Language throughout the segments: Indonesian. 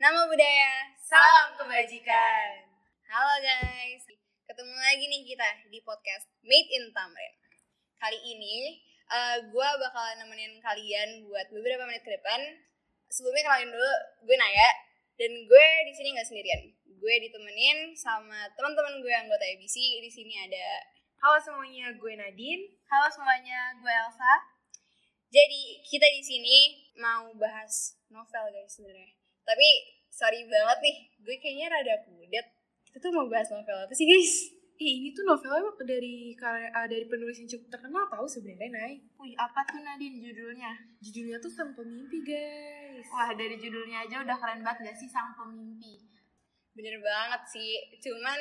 budaya, salam kebajikan. Halo guys, ketemu lagi nih kita di podcast Made in Tamrin. Kali ini eh, gua gue bakal nemenin kalian buat beberapa menit ke depan. Sebelumnya kenalin dulu, gue Naya dan gue di sini nggak sendirian. Gue ditemenin sama teman-teman gue anggota ABC. Di sini ada. Halo semuanya, gue Nadine. Halo semuanya, gue Elsa. Jadi kita di sini mau bahas novel guys sebenarnya. Tapi sorry banget nih, gue kayaknya rada kudet. Kita tuh mau bahas novel apa sih guys? Eh, ini tuh novelnya dari karya- ah, dari penulis yang cukup terkenal tahu sebenarnya, Nay. Wih, apa tuh Nadine judulnya? Judulnya tuh Sang Pemimpi, guys. Wah, dari judulnya aja udah keren banget gak sih sang pemimpi? Bener banget sih, cuman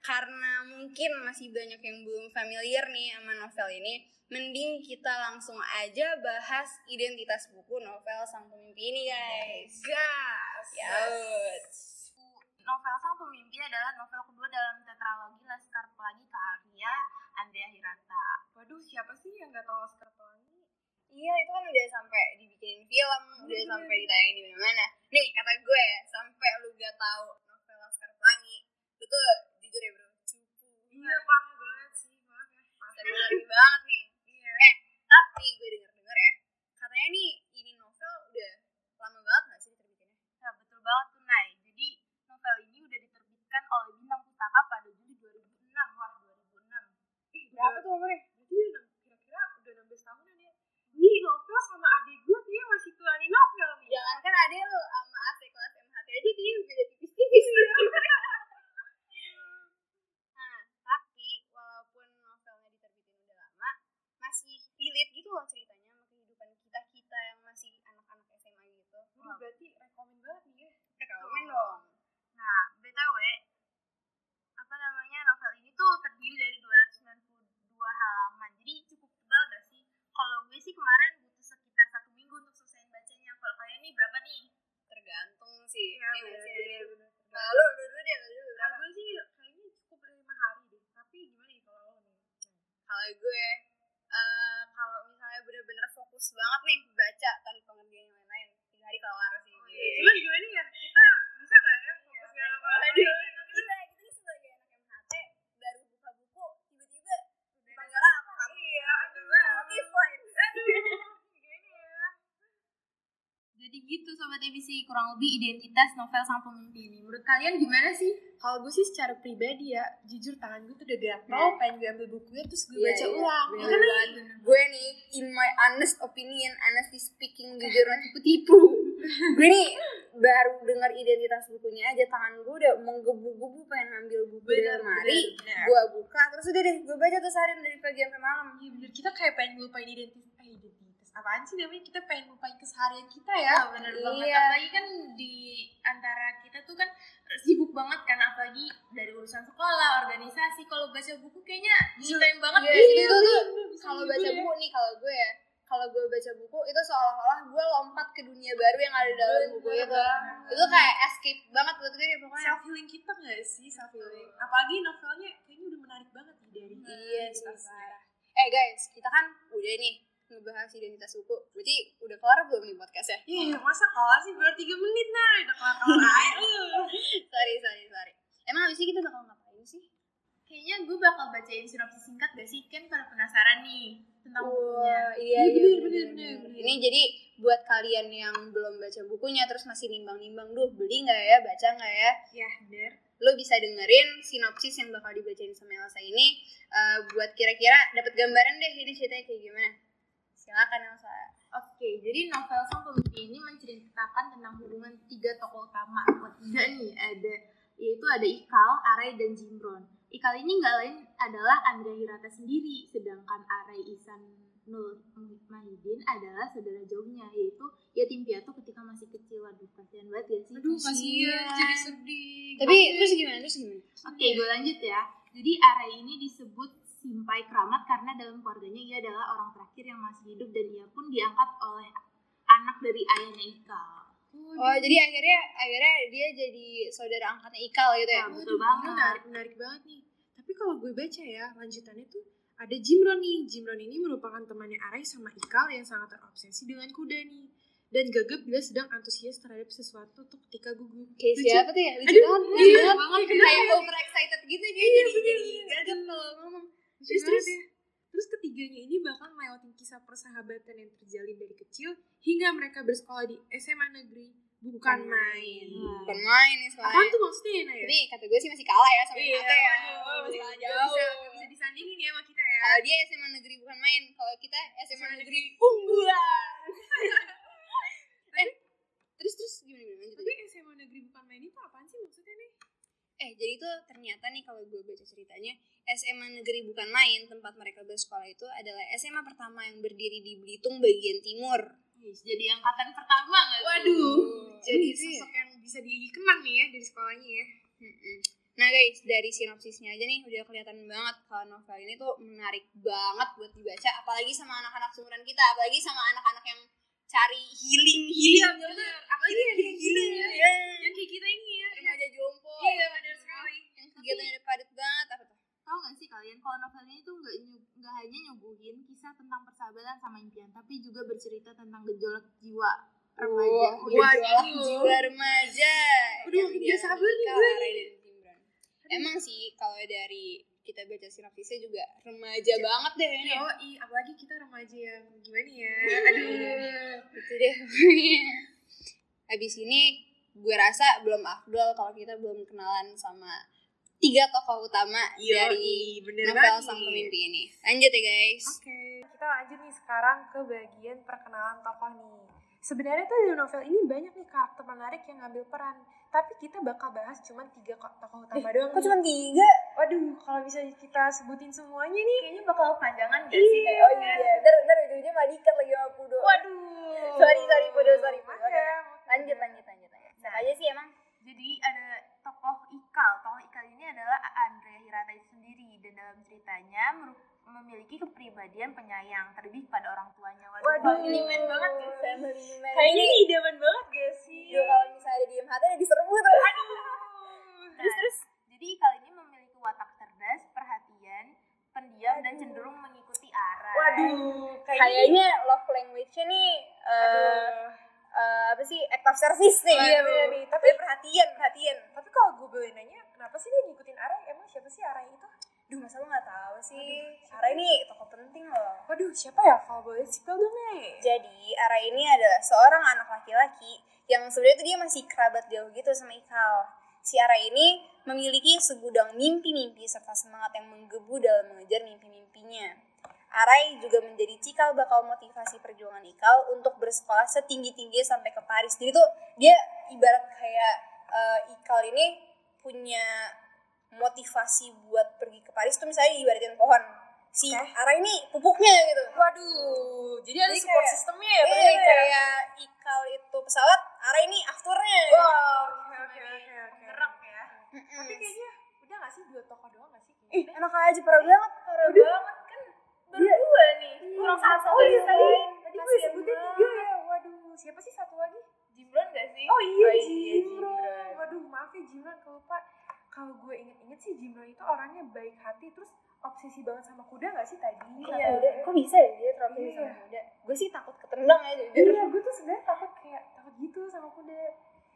karena mungkin masih banyak yang belum familiar nih sama novel ini Mending kita langsung aja bahas identitas buku novel Sang Pemimpi ini guys gas. Yaut. Novel Sang Pemimpi adalah novel kedua dalam tetralogi Laskar Pelangi karya Andrea Hirata. Waduh, siapa sih yang gak tahu Oscar Pelangi? Iya itu kan udah sampai dibikinin film, udah Bener. sampai ditayangin di mana-mana. Nih kata gue, sampai lu gak tahu novel Laskar Pelangi, lu tuh jujur ya bro, cupu. Iya, parah banget sih, maaf ya. Tapi banget nih. Iya. Eh, tapi gue denger-denger ya, katanya nih ini novel udah lama banget gak sih diterbitinnya? Nah, betul banget tuh, Nay. Jadi, novel ini udah diterbitkan oleh Bintang Pustaka pada Juli 2006. Wah, 2006. Ih, berapa tuh umurnya? Berarti dia enam- kira-kira udah 16 tahunan ya. Ini novel sama adik gue kayaknya masih tua nih novel nih. Jangankan ada lu sama AC kelas MHT aja kayaknya beda tipis-tipis Nah, tapi walaupun novelnya diterbitin udah lama, masih relate gitu loh ceritanya sama kehidupan kita-kita yang masih anak-anak SMA gitu. Waduh, berarti rekomen banget nih ya. Komen dong. Nah, BTW, apa namanya, novel ini tuh terdiri dari 292 halaman. Jadi cukup tebal gak sih? Kalau gue sih kemarin butuh sekitar satu minggu untuk selesai bacanya. Kalau kalian nih berapa nih? Tergantung sih. Iya, Iya, bener, sih. bener, bener. Kalau lu dulu deh, lu dulu. Kalau gue sih kayaknya cukup lima hari deh. Tapi gimana ya kalau lo nih? kalau gue eh, kalau misalnya bener-bener fokus banget nih baca tanpa ngerjain yang lain-lain tiga hari kelar sih Iya. Cuma gimana ya? Kita bisa nggak ya fokus nggak apa kita kita sebagai anak MHT baru buka buku tiba-tiba dipanggil apa Iya, aduh. ya? notif lain Jadi gitu Sobat ABC, kurang lebih identitas novel sang pemimpi ini. Menurut kalian gimana sih? Kalau gue sih secara pribadi ya, jujur tangan gue tuh udah gatel, pengen gue ambil bukunya terus gue Iya, baca iya. ulang. Bener Karena banget. gue nih in my honest opinion honestly speaking jujur nggak tipu-tipu gue nih baru dengar identitas bukunya aja tangan gue udah menggebu-gebu pengen ngambil buku dari lemari gue buka terus udah deh gue baca tuh seharian dari pagi sampai malam Iya bener, kita kayak pengen ngelupain identitas, eh identitas apaan sih namanya? Kita pengen ngelupain keseharian kita ya. Ah, bener banget. Iya. Apalagi kan di antara kita tuh kan sibuk banget kan apalagi dari urusan sekolah, organisasi. Kalau baca buku kayaknya nyiptain banget Iya, gak sih? itu tuh kalau baca Iya. buku nih kalau gue ya kalau gue baca buku itu seolah-olah gue lompat ke dunia baru yang ada dalam buku itu itu kayak escape banget buat gue pokoknya self healing kita nggak sih self healing? Apalagi novelnya kayaknya udah menarik banget nih dari Iya, sih. identitasnya. eh guys kita kan udah nih ngebahas identitas buku berarti udah kelar belum nih podcastnya Iya, masa kelar sih baru 3 menit nah, udah kelar-kelar aja lu. sorry sorry sorry emang abis ini kita bakal ngapain sih Kayaknya gue bakal bacain sinopsis singkat gak sih? Kan pada penasaran nih tentang bukunya. Wah, Iya, iya, iya, bener, bener, bener, bener. bener. Ini jadi buat kalian yang belum baca bukunya terus masih nimbang-nimbang, duh beli nggak ya, baca nggak ya? Iya, bener. Lo bisa dengerin sinopsis yang bakal dibacain sama Elsa ini eh, buat kira-kira dapat gambaran deh ini ceritanya kayak gimana. Silakan Elsa. Oke, jadi novel Sang Pemimpi ini menceritakan tentang hubungan tiga tokoh utama. Wah, Tiga nih, ada yaitu ada Ikal, Arai, dan Jimron. Ikal ini nggak lain adalah Andrea Hirata sendiri, sedangkan Arai Isan Nur Mahidin adalah saudara jauhnya, yaitu yatim piatu ketika masih kecil. Aduh, kasihan banget ya sih. Aduh, kasihan, Kasihan. jadi sedih. Tapi terus gimana? Terus gimana? Oke, gue lanjut ya. Jadi Arai ini disebut simpai keramat karena dalam keluarganya ia adalah orang terakhir yang masih hidup dan ia pun diangkat oleh anak dari ayahnya Ikal. Oh jadi akhirnya akhirnya dia jadi saudara angkatnya Ikal gitu ya? Iya. Waduh, Betul ini banget. Menarik, menarik banget nih. Tapi kalau gue baca ya, lanjutannya tuh ada Jimron nih. Jimron ini merupakan temannya Arai sama Ikal yang sangat terobsesi dengan kuda nih. dan gagap bila sedang antusias terhadap sesuatu tuh ketika gugup. Kayak Lucu. siapa tuh ya? Lucu banget. Lucu Iya, banget. Kayak over excited gitu dia jadi jadi gagap kalau ngomong. Terus, banget terus, terus ketiganya ini bakal melewatin kisah persahabatan yang terjalin dari kecil hingga mereka bersekolah di SMA negeri bukan main. Nah, Bukan main nih Apaan soalnya. tuh maksudnya ya? Naya? Tapi kata gue sih masih kalah ya sama Iya, Nate ya. waduh, Masih masih kalah nggak jauh. bisa, nggak bisa disandingin ya sama kita ya. Kalau dia SMA negeri bukan main, kalau kita SMA negeri unggulan. eh, terus terus gimana gimana lanjut, Tapi lanjut. SMA negeri bukan main itu apaan sih maksudnya nih? Eh, jadi tuh ternyata nih kalau gue baca ceritanya, SMA negeri bukan main tempat mereka bersekolah itu adalah SMA pertama yang berdiri di Belitung bagian timur. jadi angkatan pertama nggak Waduh, jadi Iya. sosok yang bisa dikenang nih ya dari sekolahnya ya. Mm-mm. Nah guys, dari sinopsisnya aja nih udah kelihatan banget kalau novel ini tuh menarik banget buat dibaca, apalagi sama anak-anak seumuran kita, apalagi sama anak-anak yang cari healing healing Iya, benar. Iya, Apalagi yang kayak gini healing ya. ya. Yang kayak kita ini ya. Remaja jompo. Iya, benar sekali. Yang kegiatannya udah padat banget apa tuh? Tahu nggak sih kalian kalau novel ini tuh nggak nyu- nggak hanya nyuguhin kisah tentang persahabatan sama impian, tapi juga bercerita tentang gejolak jiwa remaja. Wah, Wih, Waduh. gejolak jiwa remaja. Aduh, Yang nggak dialami sabar nih Kak gue. Lara dan Gibran. Emang sih kalau dari kita baca sinopsisnya juga remaja banget deh ini. Oh, i, apalagi kita remaja yang gimana ya? Aduh. gitu deh habis ini gue rasa belum afdol kalau kita belum kenalan sama tiga tokoh utama dari bener novel sang pemimpi ini lanjut ya guys Oke, kita lanjut nih sekarang ke bagian perkenalan tokoh nih. Sebenarnya tuh di novel ini banyak nih karakter menarik yang ngambil peran, tapi kita bakal bahas cuma tiga ko- tokoh utama doang. nih. tiga Waduh, kalau bisa kita sebutin semuanya nih. Kayaknya bakal panjangan gak sih? Oh iya, ntar ntar ujungnya malah diikat lagi sama Pudo Waduh. Sorry, sorry, Pudo, sorry, Pudo. Makanya. lanjut lanjut lanjut aja sih emang Hmm. Nah, Jadi ada tokoh Ikal. Tokoh Ikal ini adalah Andrea Hirata itu sendiri dan dalam ceritanya meru- memiliki kepribadian penyayang terlebih pada orang tuanya. Waduh. ini ini men banget ya, family man Kayaknya ini idaman banget gak sih? kalau misalnya ada diem hati ada diserbu gitu. tuh Terus, Jadi Ikal ini memiliki watak cerdas, perhatian, pendiam dan cenderung mengikuti arah. Waduh, kayaknya kayaknya love language-nya nih eh, Aduh. eh, apa sih act of service nih Iya, bener nih. tapi perhatian perhatian Tapi kalau gue boleh nanya, kenapa sih dia ngikutin Arai? Emang siapa sih Arai itu? Duh, masa lo gak tahu sih? Aduh, Ara ini tokoh penting loh. Waduh, siapa ya? Kalau boleh spill dong, Nek. Jadi, Ara ini adalah seorang anak laki-laki yang sebenarnya tuh dia masih kerabat jauh gitu sama Ikal. Si Ara ini memiliki segudang mimpi-mimpi serta semangat yang menggebu dalam mengejar mimpi-mimpinya. Arai juga menjadi cikal bakal motivasi perjuangan Ikal untuk bersekolah setinggi-tinggi sampai ke Paris. Jadi tuh dia ibarat kayak eh, Ikal ini punya motivasi buat pergi ke Paris tuh misalnya ibaratin pohon. Si Arai ini pupuknya gitu. Waduh, jadi ada Jadi support kayak- sistemnya ya? Eh, ternyata ya? kayak Ikal itu pesawat, Arai ini afturnya. Wow, oke, oke, oke, oke. Gerak ya. Mm-mm. Tapi kayaknya udah gak sih dua tokoh doang gak sih? Ih, enak aja parah banget. Parah banget kan berdua nih. Kurang Iya, satu oh ya lagi iya, tadi. lain. Tadi gue Kasian sebutin banget. tiga ya. Waduh, siapa sih satu lagi? Jimron gak sih? Oh iya, Oh iya, Jimro. Jimron. Waduh, maaf ya Jimro kelupa. Kalau gue inget-inget sih Jimro itu orangnya baik hati terus obsesi banget sama kuda gak sih tadi? Iya, Satu- udah. Kok bisa ya dia terlalu Iya. sama muda? Gue sih takut ketendang ya jujur. Iya, gue tuh sebenarnya takut kayak takut gitu sama kuda.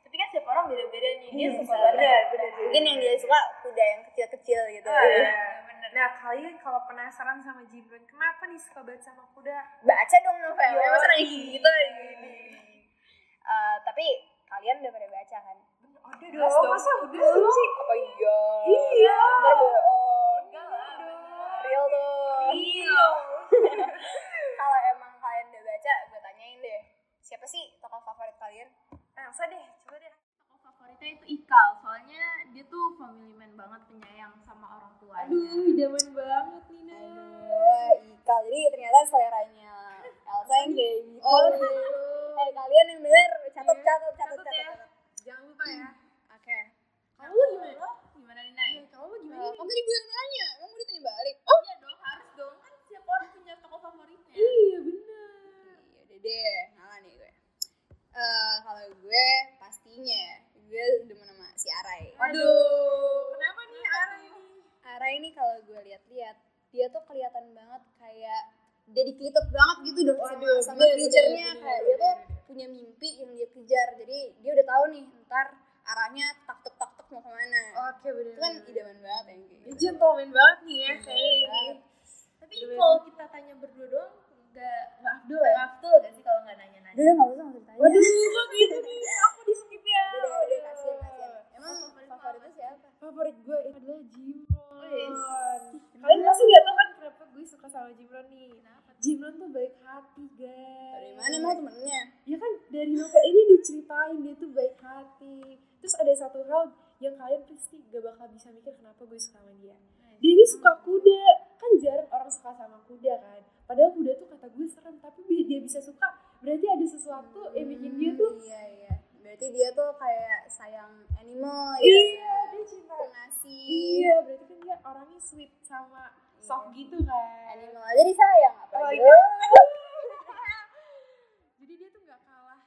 Tapi kan setiap orang beda-beda nih. Dia Iya, suka benar, benar. Mungkin yang dia suka kuda yang kecil-kecil gitu. Ah, iya. bener. Nah, kalian kalau penasaran sama Jimron, kenapa nih suka banget sama kuda? Baca dong novelnya, masa nanya gitu. Eh, tapi kalian udah pada baca kan? Udah jelas dong. Masa udah belum sih? Apa iya? Iya. Ntar bohong. Enggak lah, bener. Real tuh. Iya. Kalau emang kalian udah baca, gue tanyain deh. Siapa sih tokoh favorit kalian? Nah, usah deh, coba deh. Tokoh favoritnya itu Ikal, soalnya dia tuh family man banget, penyayang sama orang tuanya. idaman banget Nina. Aduh, Ikal. Jadi ternyata seleranya Elsa yang kayak gitu. Oh, eh, kalian yang denger, catat, catat, catat, Catat ya. catat. Jangan lupa ya. Oke. Nah, Kamu gimana? Lo gimana nih, Nay? Kamu gimana? Kamu tadi gue yang nanya, emang gue ditanya balik? Oh iya dong, harus dong. Kan setiap orang punya tokoh favoritnya. Iya, bener. Iya udah deh, ngalah nih gue. Eh, kalau gue pastinya gue demen sama si Arai. Aduh, kenapa nih Ara ini? Ara ini kalau gue lihat-lihat dia tuh kelihatan banget kayak dedicated banget gitu dong sama, Waduh, sama bener, future-nya bener, kayak bener, dia tuh bener. punya mimpi yang dia kejar jadi dia udah tahu nih ntar arahnya tak tek tak tek mau kemana Oke bener itu kan idaman banget ya Ini gentleman banget nih ya kayaknya ini. Tapi Bener. kalau kita tanya berdua doang nggak nggak Abdul ya? afdol gak sih kalau nggak udah nanya-nanya? udah nggak usah nggak usah ditanya. Waduh, kok gitu nih? Aku di skip ya. udah udah udah kasihan kasihan emang Favorit favoritnya siapa Favorit gue adalah Jimron. yes. Kalian pasti gak tau kan kenapa gue suka sama Jimron nih. Kenapa? Jimron tuh baik hati guys. dari mana emang temennya Ya kan dari novel ini diceritain dia tuh baik hati. Terus ada satu hal yang kalian pasti gak bakal bisa mikir kenapa gue suka sama dia. Dia ini suka kuda. Kan jarang orang suka sama kuda kan. Padahal kuda tuh kata gue serem tapi bi- dia bisa suka. Berarti ada sesuatu yang bikin dia tuh iya iya berarti dia tuh kayak sayang animal ya Iya, dia cinta. ngasih Iya, berarti kan dia orangnya sweet sama soft gitu kan. animal aja disayang Oh, apalagi iya. Jadi dia tuh nggak kalah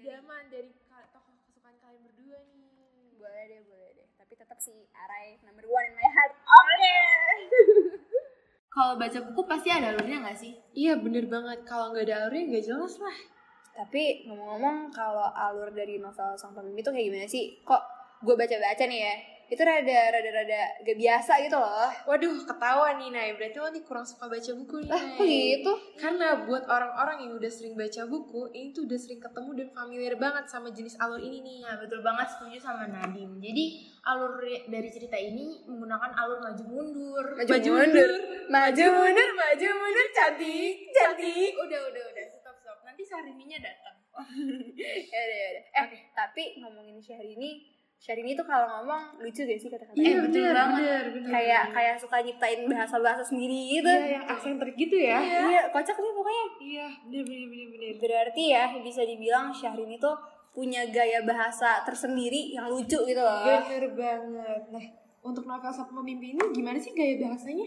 idaman dari ka- tokoh kesukaan kalian berdua nih. boleh deh boleh deh tapi tetap sih Arai number one in my heart Kalau baca buku pasti ada alurnya nggak sih? Iya, bener banget. Kalau nggak ada alurnya nggak jelas lah. tapi ngomong-ngomong kalau alur dari novel sang pemimpi itu kayak gimana sih kok gue baca-baca nih ya itu rada rada rada gak biasa gitu loh Waduh, ketawa nih, Nay. Berarti lo nih kurang suka baca buku nih, lah kok Nay. gitu Karena buat orang-orang yang udah sering baca buku, ini tuh udah sering ketemu dan familiar banget sama jenis alur ini nih. Nah, betul banget setuju sama Nadine. Jadi alur ri- dari cerita ini menggunakan alur maju mundur. Maju mundur. maju mundur maju mundur cantik cantik Udah, udah, udah. Stop, stop. Nanti Syahrini-nya datang. ya udah ya udah eh tapi ngomongin Syahrini Syahrini tuh kalau ngomong lucu gak sih Iya, kata-katanya betul banget. bener, bener. kayak kayak suka nyiptain bahasa-bahasa sendiri gitu Iya, yang aksen gitu ya. iya kocak sih pokoknya Iya, bener bener bener bener. Berarti ya bisa dibilang Syahrini tuh punya gaya bahasa tersendiri yang lucu gitu loh. Bener banget. Nah, untuk novel Sapu Mimpi ini gimana sih gaya bahasanya?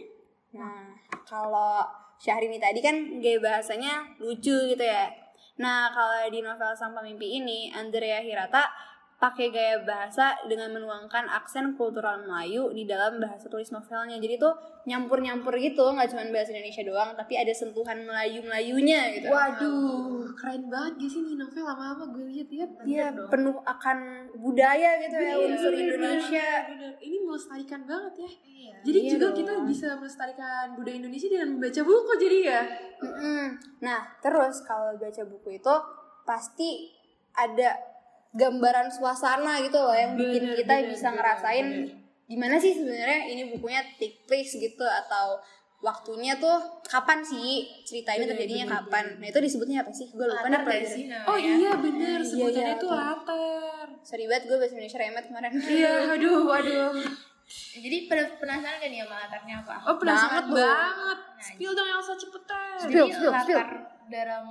Nah, kalau Syahrini tadi kan gaya bahasanya lucu gitu ya. Nah, kalau di novel Sang Pemimpi ini, Andrea Hirata pakai gaya bahasa dengan menuangkan aksen kultural Melayu di dalam bahasa tulis novelnya. Jadi tuh nyampur-nyampur gitu, nggak cuma bahasa Indonesia doang, tapi ada sentuhan Melayu-melayunya gitu. Waduh, keren banget gak sih nih novel lama-lama gue lihat-lihat. Iya, Iya, penuh akan budaya gitu ya, unsur Indonesia. Bener, ini melestarikan banget ya. Iya. Jadi Iya juga dong. kita bisa melestarikan budaya Indonesia dengan membaca buku jadi ya. Mm-mm. Nah, terus kalau baca buku itu pasti ada gambaran suasana gitu loh yang bikin Bener, kita bener, bisa bener, ngerasain bener. gimana sih sebenarnya ini bukunya tipis gitu atau waktunya tuh kapan sih cerita ini Bener, terjadinya bener, kapan? Nah, itu disebutnya apa sih? Gue lupa deh dari pelajaran. sini. Oh iya bener, Iya, sebutannya iya, itu betul. latar. Sorry banget gue bahasa Indonesia remet kemarin. Iya, aduh, Oh, waduh. Jadi pen- penasaran gak nih sama latarnya apa? Oh penasaran Banget dong. banget. Spill dong Elsa cepetan. Iya. Spill, Jadi spill, latar spill. dalam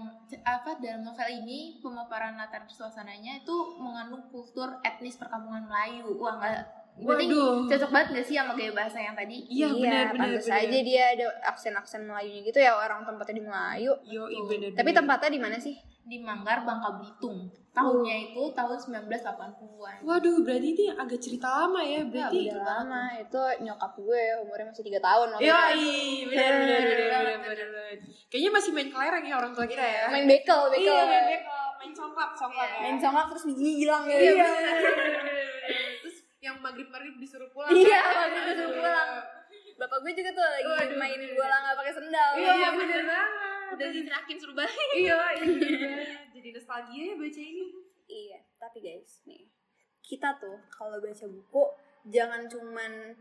apa dalam novel ini pemaparan latar suasananya itu mengandung kultur etnis perkampungan Melayu. Wah nggak berarti Waduh. cocok banget gak sih sama gaya bahasa yang tadi? Iya, bener, bener, pantas bener. aja dia ada aksen-aksen Melayunya gitu ya orang tempatnya di Melayu. Yo, iya bener. Tapi bener. tempatnya di mana sih? Di Manggar, Bangka Belitung. Tahunnya itu tahun 1980-an. Waduh, berarti ini agak cerita lama ya. Berarti Iya, Udah lama itu nyokap gue umurnya masih tiga tahun waktu Iya, itu. Yoi, benar benar benar benar benar. Kayaknya masih main kelereng ya orang tua kita ya. main bekel bekel Iya, main bekel, main congklak, congklak ya. main congkak terus bijinya hilang gitu Iya. Terus yang maghrib-maghrib disuruh pulang. Iya, kan? maghrib disuruh pulang. bapak gue juga tuh lagi Waduh. main bola nggak pakai sendal Iya, iya benar banget. Udah diterakin suruh balik. Iya, iya. bener banget. Jadi nostalgia ya baca ini. Iya, tapi guys nih kita tuh kalau baca buku jangan cuman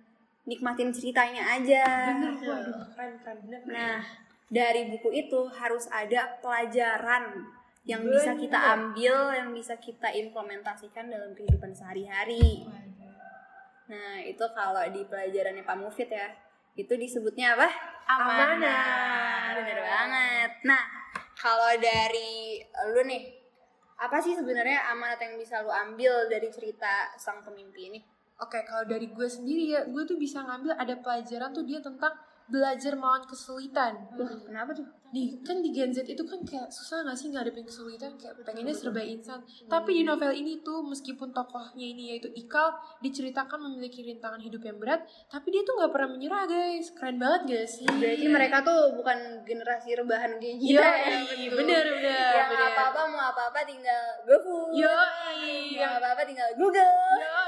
nikmatin ceritanya aja Bener, waduh, keren keren bener. nah dari buku itu harus ada pelajaran yang bisa Bener. kita ambil, yang bisa kita implementasikan dalam kehidupan sehari-hari. Nah, itu kalau di pelajarannya Pak Mufid ya, itu disebutnya apa? Amanah. Bener banget. Nah, kalau dari lu nih, apa sih sebenarnya amanat yang bisa lu ambil dari cerita sang pemimpi ini? Oke, kalau dari gue sendiri ya, gue tuh bisa ngambil ada pelajaran tuh dia tentang belajar melawan kesulitan. Kenapa tuh? Nih, kan di Gen Z itu kan kayak susah gak sih ngadepin kesulitan, kayak pengennya serba instan. Tapi di novel ini tuh, meskipun tokohnya ini yaitu Ikal, diceritakan memiliki rintangan hidup yang berat, tapi dia tuh gak pernah menyerah guys. Keren banget gak sih? Berarti mereka tuh bukan generasi rebahan kayak kita Iya, ya, bener, betul. bener, Yang Iya, bener. apa-apa mau apa-apa tinggal GoFood. Yo, iya. Yang apa-apa tinggal Google. yo,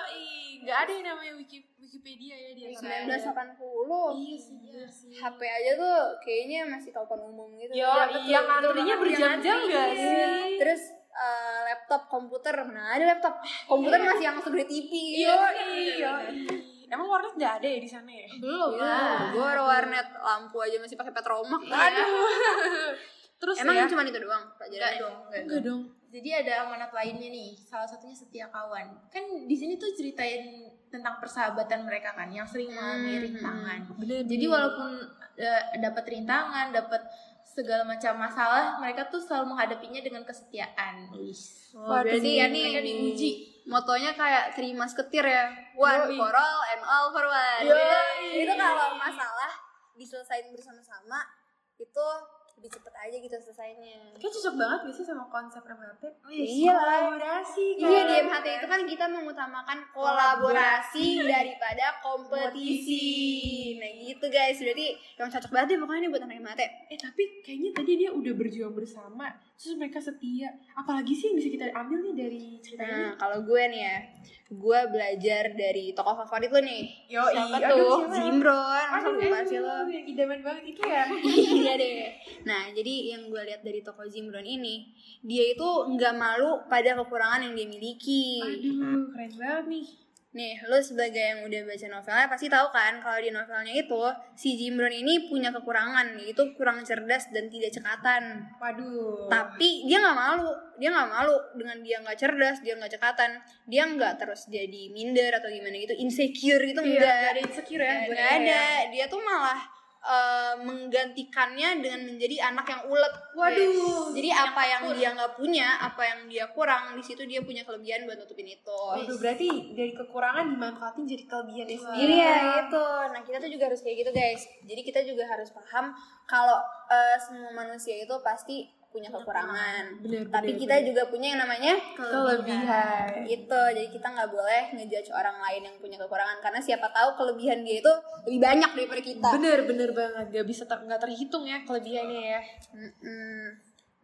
nggak ada yang namanya Wiki- Wikipedia ya di antara. 1980. Iya sih, iya sih. HP aja tuh kayaknya masih telepon umum gitu. Yo, Iya, betul. iya ngantrinya Yang berjam-jam antri, gak iya. sih? Terus eh, laptop, komputer, mana ada laptop? Komputer masih yang segede Iya. TV. Ah, iya. Yo, iya. yo. Emang warnet nggak ada ya di sana ya? Belum lah. Gue warnet lampu aja masih pakai petromak. Iya, Aduh. iya. Terus Emang ya? cuma itu doang Enggak pelajarannya? dong, enggak Enggak dong. Jadi ada amanat lainnya nih, salah satunya setia kawan. Kan di sini tuh ceritain tentang persahabatan mereka kan, yang sering mengalami Hmm. rintangan. Bener. Jadi walaupun eh, dapat rintangan, dapat segala macam masalah, mereka tuh selalu menghadapinya dengan kesetiaan. Oh, berarti ya nih mereka diuji. motonya kayak three musketeer ya one for all and all for one Yoi. itu kalau masalah diselesain bersama-sama itu lebih cepet aja gitu selesainya Kayak cocok banget gak sih sama konsep MLP? Iya lah. Kolaborasi kan? Iya di MHT itu kan kita mengutamakan kolaborasi daripada kompetisi. Nah gitu guys, berarti yang cocok banget deh pokoknya nih buat anak MHT. Eh tapi kayaknya tadi dia udah berjuang bersama Terus mereka setia Apalagi sih yang bisa kita ambil nih dari cerita ini? Nah kalau gue nih ya, gue belajar dari tokoh favorit lo nih. Yo, siapa tuh? Zimbron, masa Aduh, lupa sih lo? aduh, yang idaman banget itu ya iya deh. Nah, jadi yang gue lihat dari toko Zimron ini, dia itu nggak malu pada kekurangan yang dia miliki. Aduh, keren banget nih Nih, lo sebagai yang udah baca novelnya pasti tahu kan kalau di novelnya itu si Zimron ini punya kekurangan, yaitu kurang cerdas dan tidak cekatan. Waduh Tapi dia nggak malu, dia nggak malu dengan dia nggak cerdas, dia nggak cekatan, dia nggak terus jadi minder atau gimana gitu, insecure gitu Iya, enggak. nggak ada insecure ya Gak ada. Dia tuh malah eh, menggantikannya dengan menjadi anak yang ulet. Waduh. Jadi apa yang dia nggak punya, apa yang dia kurang, di situ dia punya kelebihan buat nutupin itu. Waduh, berarti dari kekurangan dimanfaatin jadi kelebihannya sendiri ya. Iya itu. Nah kita tuh juga harus kayak gitu guys. Jadi kita juga harus paham kalau eh, semua manusia itu pasti punya kekurangan. Bener, Tapi bener, kita bener. juga punya yang namanya Kelebihan gitu. Jadi kita nggak boleh ngejudge orang lain yang punya kekurangan karena siapa tahu kelebihan dia itu lebih banyak daripada kita. Bener, bener banget Gak bisa ter gak terhitung ya kelebihannya ya Mm-mm.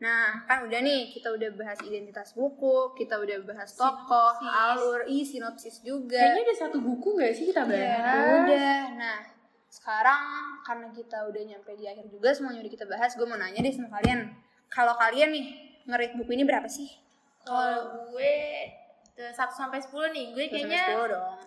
Nah, kan udah nih kita udah bahas identitas buku, kita udah bahas tokoh, alur, i sinopsis juga. Kayaknya ada satu buku gak sih kita bahas? udah. Nah, sekarang karena kita udah nyampe di akhir juga semuanya udah kita bahas, gue mau nanya deh sama kalian. Kalau kalian nih ngerit buku ini berapa sih? Kalau gue ke 1 sampai 10 nih, gue kayaknya 10 dong.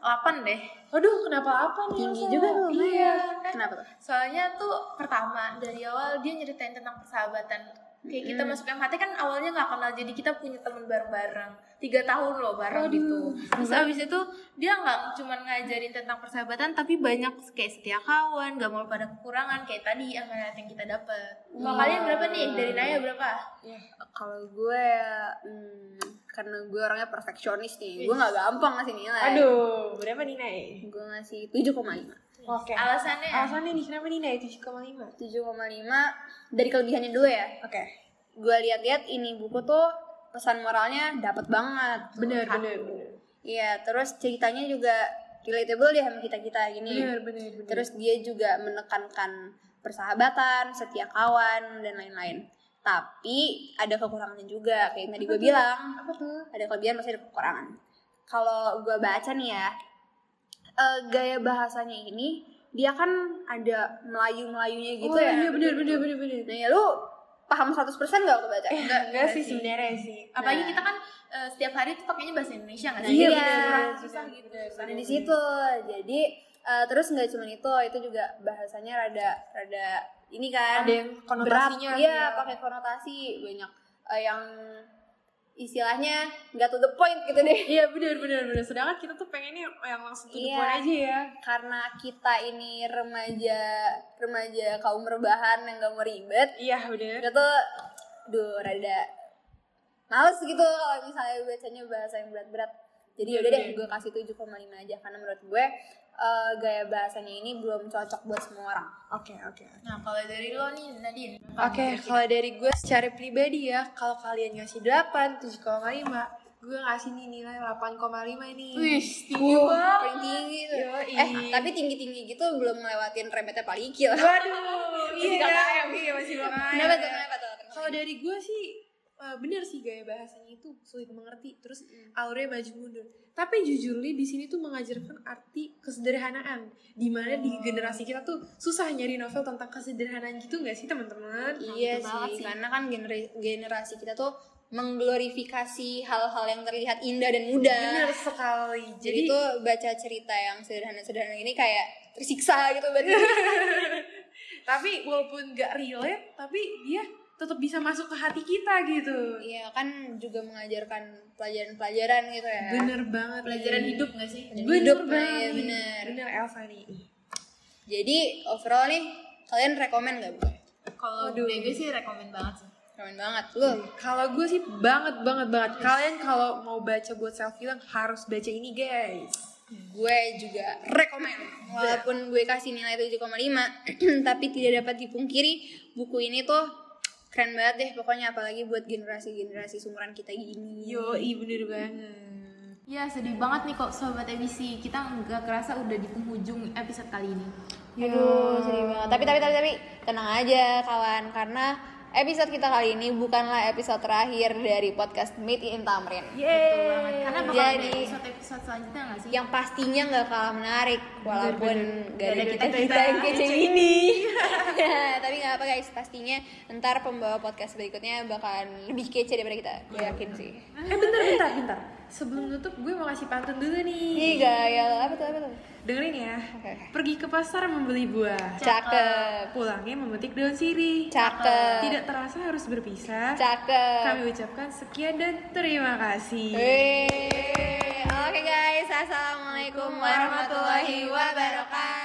8 deh. Aduh, kenapa apa nih? Tinggi Elsa? juga tuh. Iya. kan Kenapa tuh? soalnya tuh pertama dari awal dia nyeritain tentang persahabatan kayak kita masuk MHT kan awalnya nggak kenal jadi kita punya temen bareng-bareng tiga tahun loh bareng gitu terus abis itu dia nggak cuman ngajarin tentang persahabatan tapi banyak kayak setia kawan nggak mau pada kekurangan kayak tadi amanat yang kita dapet kalau kalian berapa nih dari Naya berapa Kalau gue hmm, karena gue orangnya perfeksionis nih, gue nggak gampang ngasih nilai. Aduh, berapa nih Nay? Gue ngasih 7,5. Oke. alasannya Alasannya nih kenapa nih Nay 7,5? 7,5 dari kelebihannya dulu ya. Oke. Gue lihat-lihat ini buku tuh pesan moralnya dapat banget. Bener, bener, bener. Iya, terus ceritanya juga relatable ya sama kita-kita gini. Bener, bener, bener. Terus dia juga menekankan persahabatan, setia kawan, dan lain-lain. Tapi ada kekurangannya juga, kayak yang tadi gue bilang. apa tuh? Ada kelebihan, masih ada kekurangan. Kalau gue baca nih ya, eh, gaya bahasanya ini, dia kan ada Melayu-Melayunya oh, gitu ya. iya bener, bener, bener, bener. Nah ya lu paham 100% gak waktu baca? Enggak, enggak sih Iya, sebenarnya sih. apalagi Nah. kita kan eh, setiap hari tuh pakainya bahasa Indonesia nggak Nah, sih iya, Jadi kurang bener, susah gitu Nah, di situ. Jadi eh, terus nggak cuma itu, itu juga bahasanya rada rada ini kan Ada yang konotasinya. gitu ya. berat. Iya, pakai konotasi banyak eh, yang istilahnya nggak to the point gitu deh. Iya bener, bener, bener. Sedangkan kita tuh pengennya yang, yang langsung to the Iya. point aja ya. Karena kita ini remaja remaja kaum rebahan yang nggak mau ribet, Iya, bener. itu tuh duh rada males gitu kalau misalnya bacanya bahasa yang berat-berat jadi yaudah deh gue kasih 7,5 aja karena menurut gue eh, gaya bahasanya ini belum cocok buat semua orang Oke, oke. Nah, kalau dari lo nih Nadine. Oke, kalau dari gue secara pribadi ya, kalau kalian ngasih 8, 7,5, gue ngasih nih nilai 8,5 nih. Wih, tinggi paling tinggi tuh. eh tapi tinggi tinggi gitu belum ngelewatin rembetnya paling kecil Waduh, iya, iya masih belum kenapa tuh kenapa tuh Kenapa? Kalau dari gue sih eh, bener sih gaya bahasanya itu sulit mengerti, terus Hmm. aurnya maju mundur. Tapi jujur li di sini tuh mengajarkan arti kesederhanaan, dimana di Oh. generasi kita tuh susah nyari novel tentang kesederhanaan gitu nggak sih teman-teman? Gitu iya sih, karena kan genera- generasi kita tuh mengglorifikasi hal-hal yang terlihat indah dan mudah Bener sekali. Iya. jadi tuh baca cerita yang sederhana-sederhana ini kayak tersiksa gitu berarti tapi walaupun gak relate tapi dia tetap bisa masuk ke hati kita gitu iya kan juga mengajarkan pelajaran-pelajaran gitu ya bener banget Pelajaran hidup gak sih? Dan bener hidup, banget nah, iya, nih. bener. bener Elsa nih jadi overall nih kalian rekomend gak bu Kalau dari gue sih rekomen banget sih. rekomend banget lu kalau gue sih banget banget banget kalian kalau mau baca buat self healing harus baca ini guys gue juga rekomend walaupun gue kasih nilai 7,5 tapi tidak dapat dipungkiri buku ini tuh keren banget deh pokoknya apalagi buat generasi-generasi sumuran kita gini yoi bener banget Ya sedih banget nih kok Sobat ABC Kita nggak kerasa udah di penghujung episode kali ini Aduh, sedih banget. Tapi tapi tapi tapi tenang aja kawan karena episode kita kali ini bukanlah episode terakhir dari podcast Meet in Tamrin. Betul banget Karena bakal ada Jadi- episode-episode selanjutnya gak sih? Yang pastinya nggak kalah menarik walaupun gak ada Gak ada kita kita kita-kita yang kece ini. Ya, tapi nggak apa guys, pastinya ntar pembawa podcast berikutnya bakalan lebih kece daripada kita. Gue yakin sih. eh bentar bentar bentar sebelum nutup gue mau kasih pantun dulu nih Ih gaya lo. apa tuh apa tuh? dengerin ya Oke, oke. pergi ke pasar membeli buah Cakep, pulangnya memetik daun sirih cakep, tidak terasa harus berpisah cakep. Kami ucapkan sekian dan terima kasih. Wih. Oke guys, assalamualaikum warahmatullahi wabarakatuh.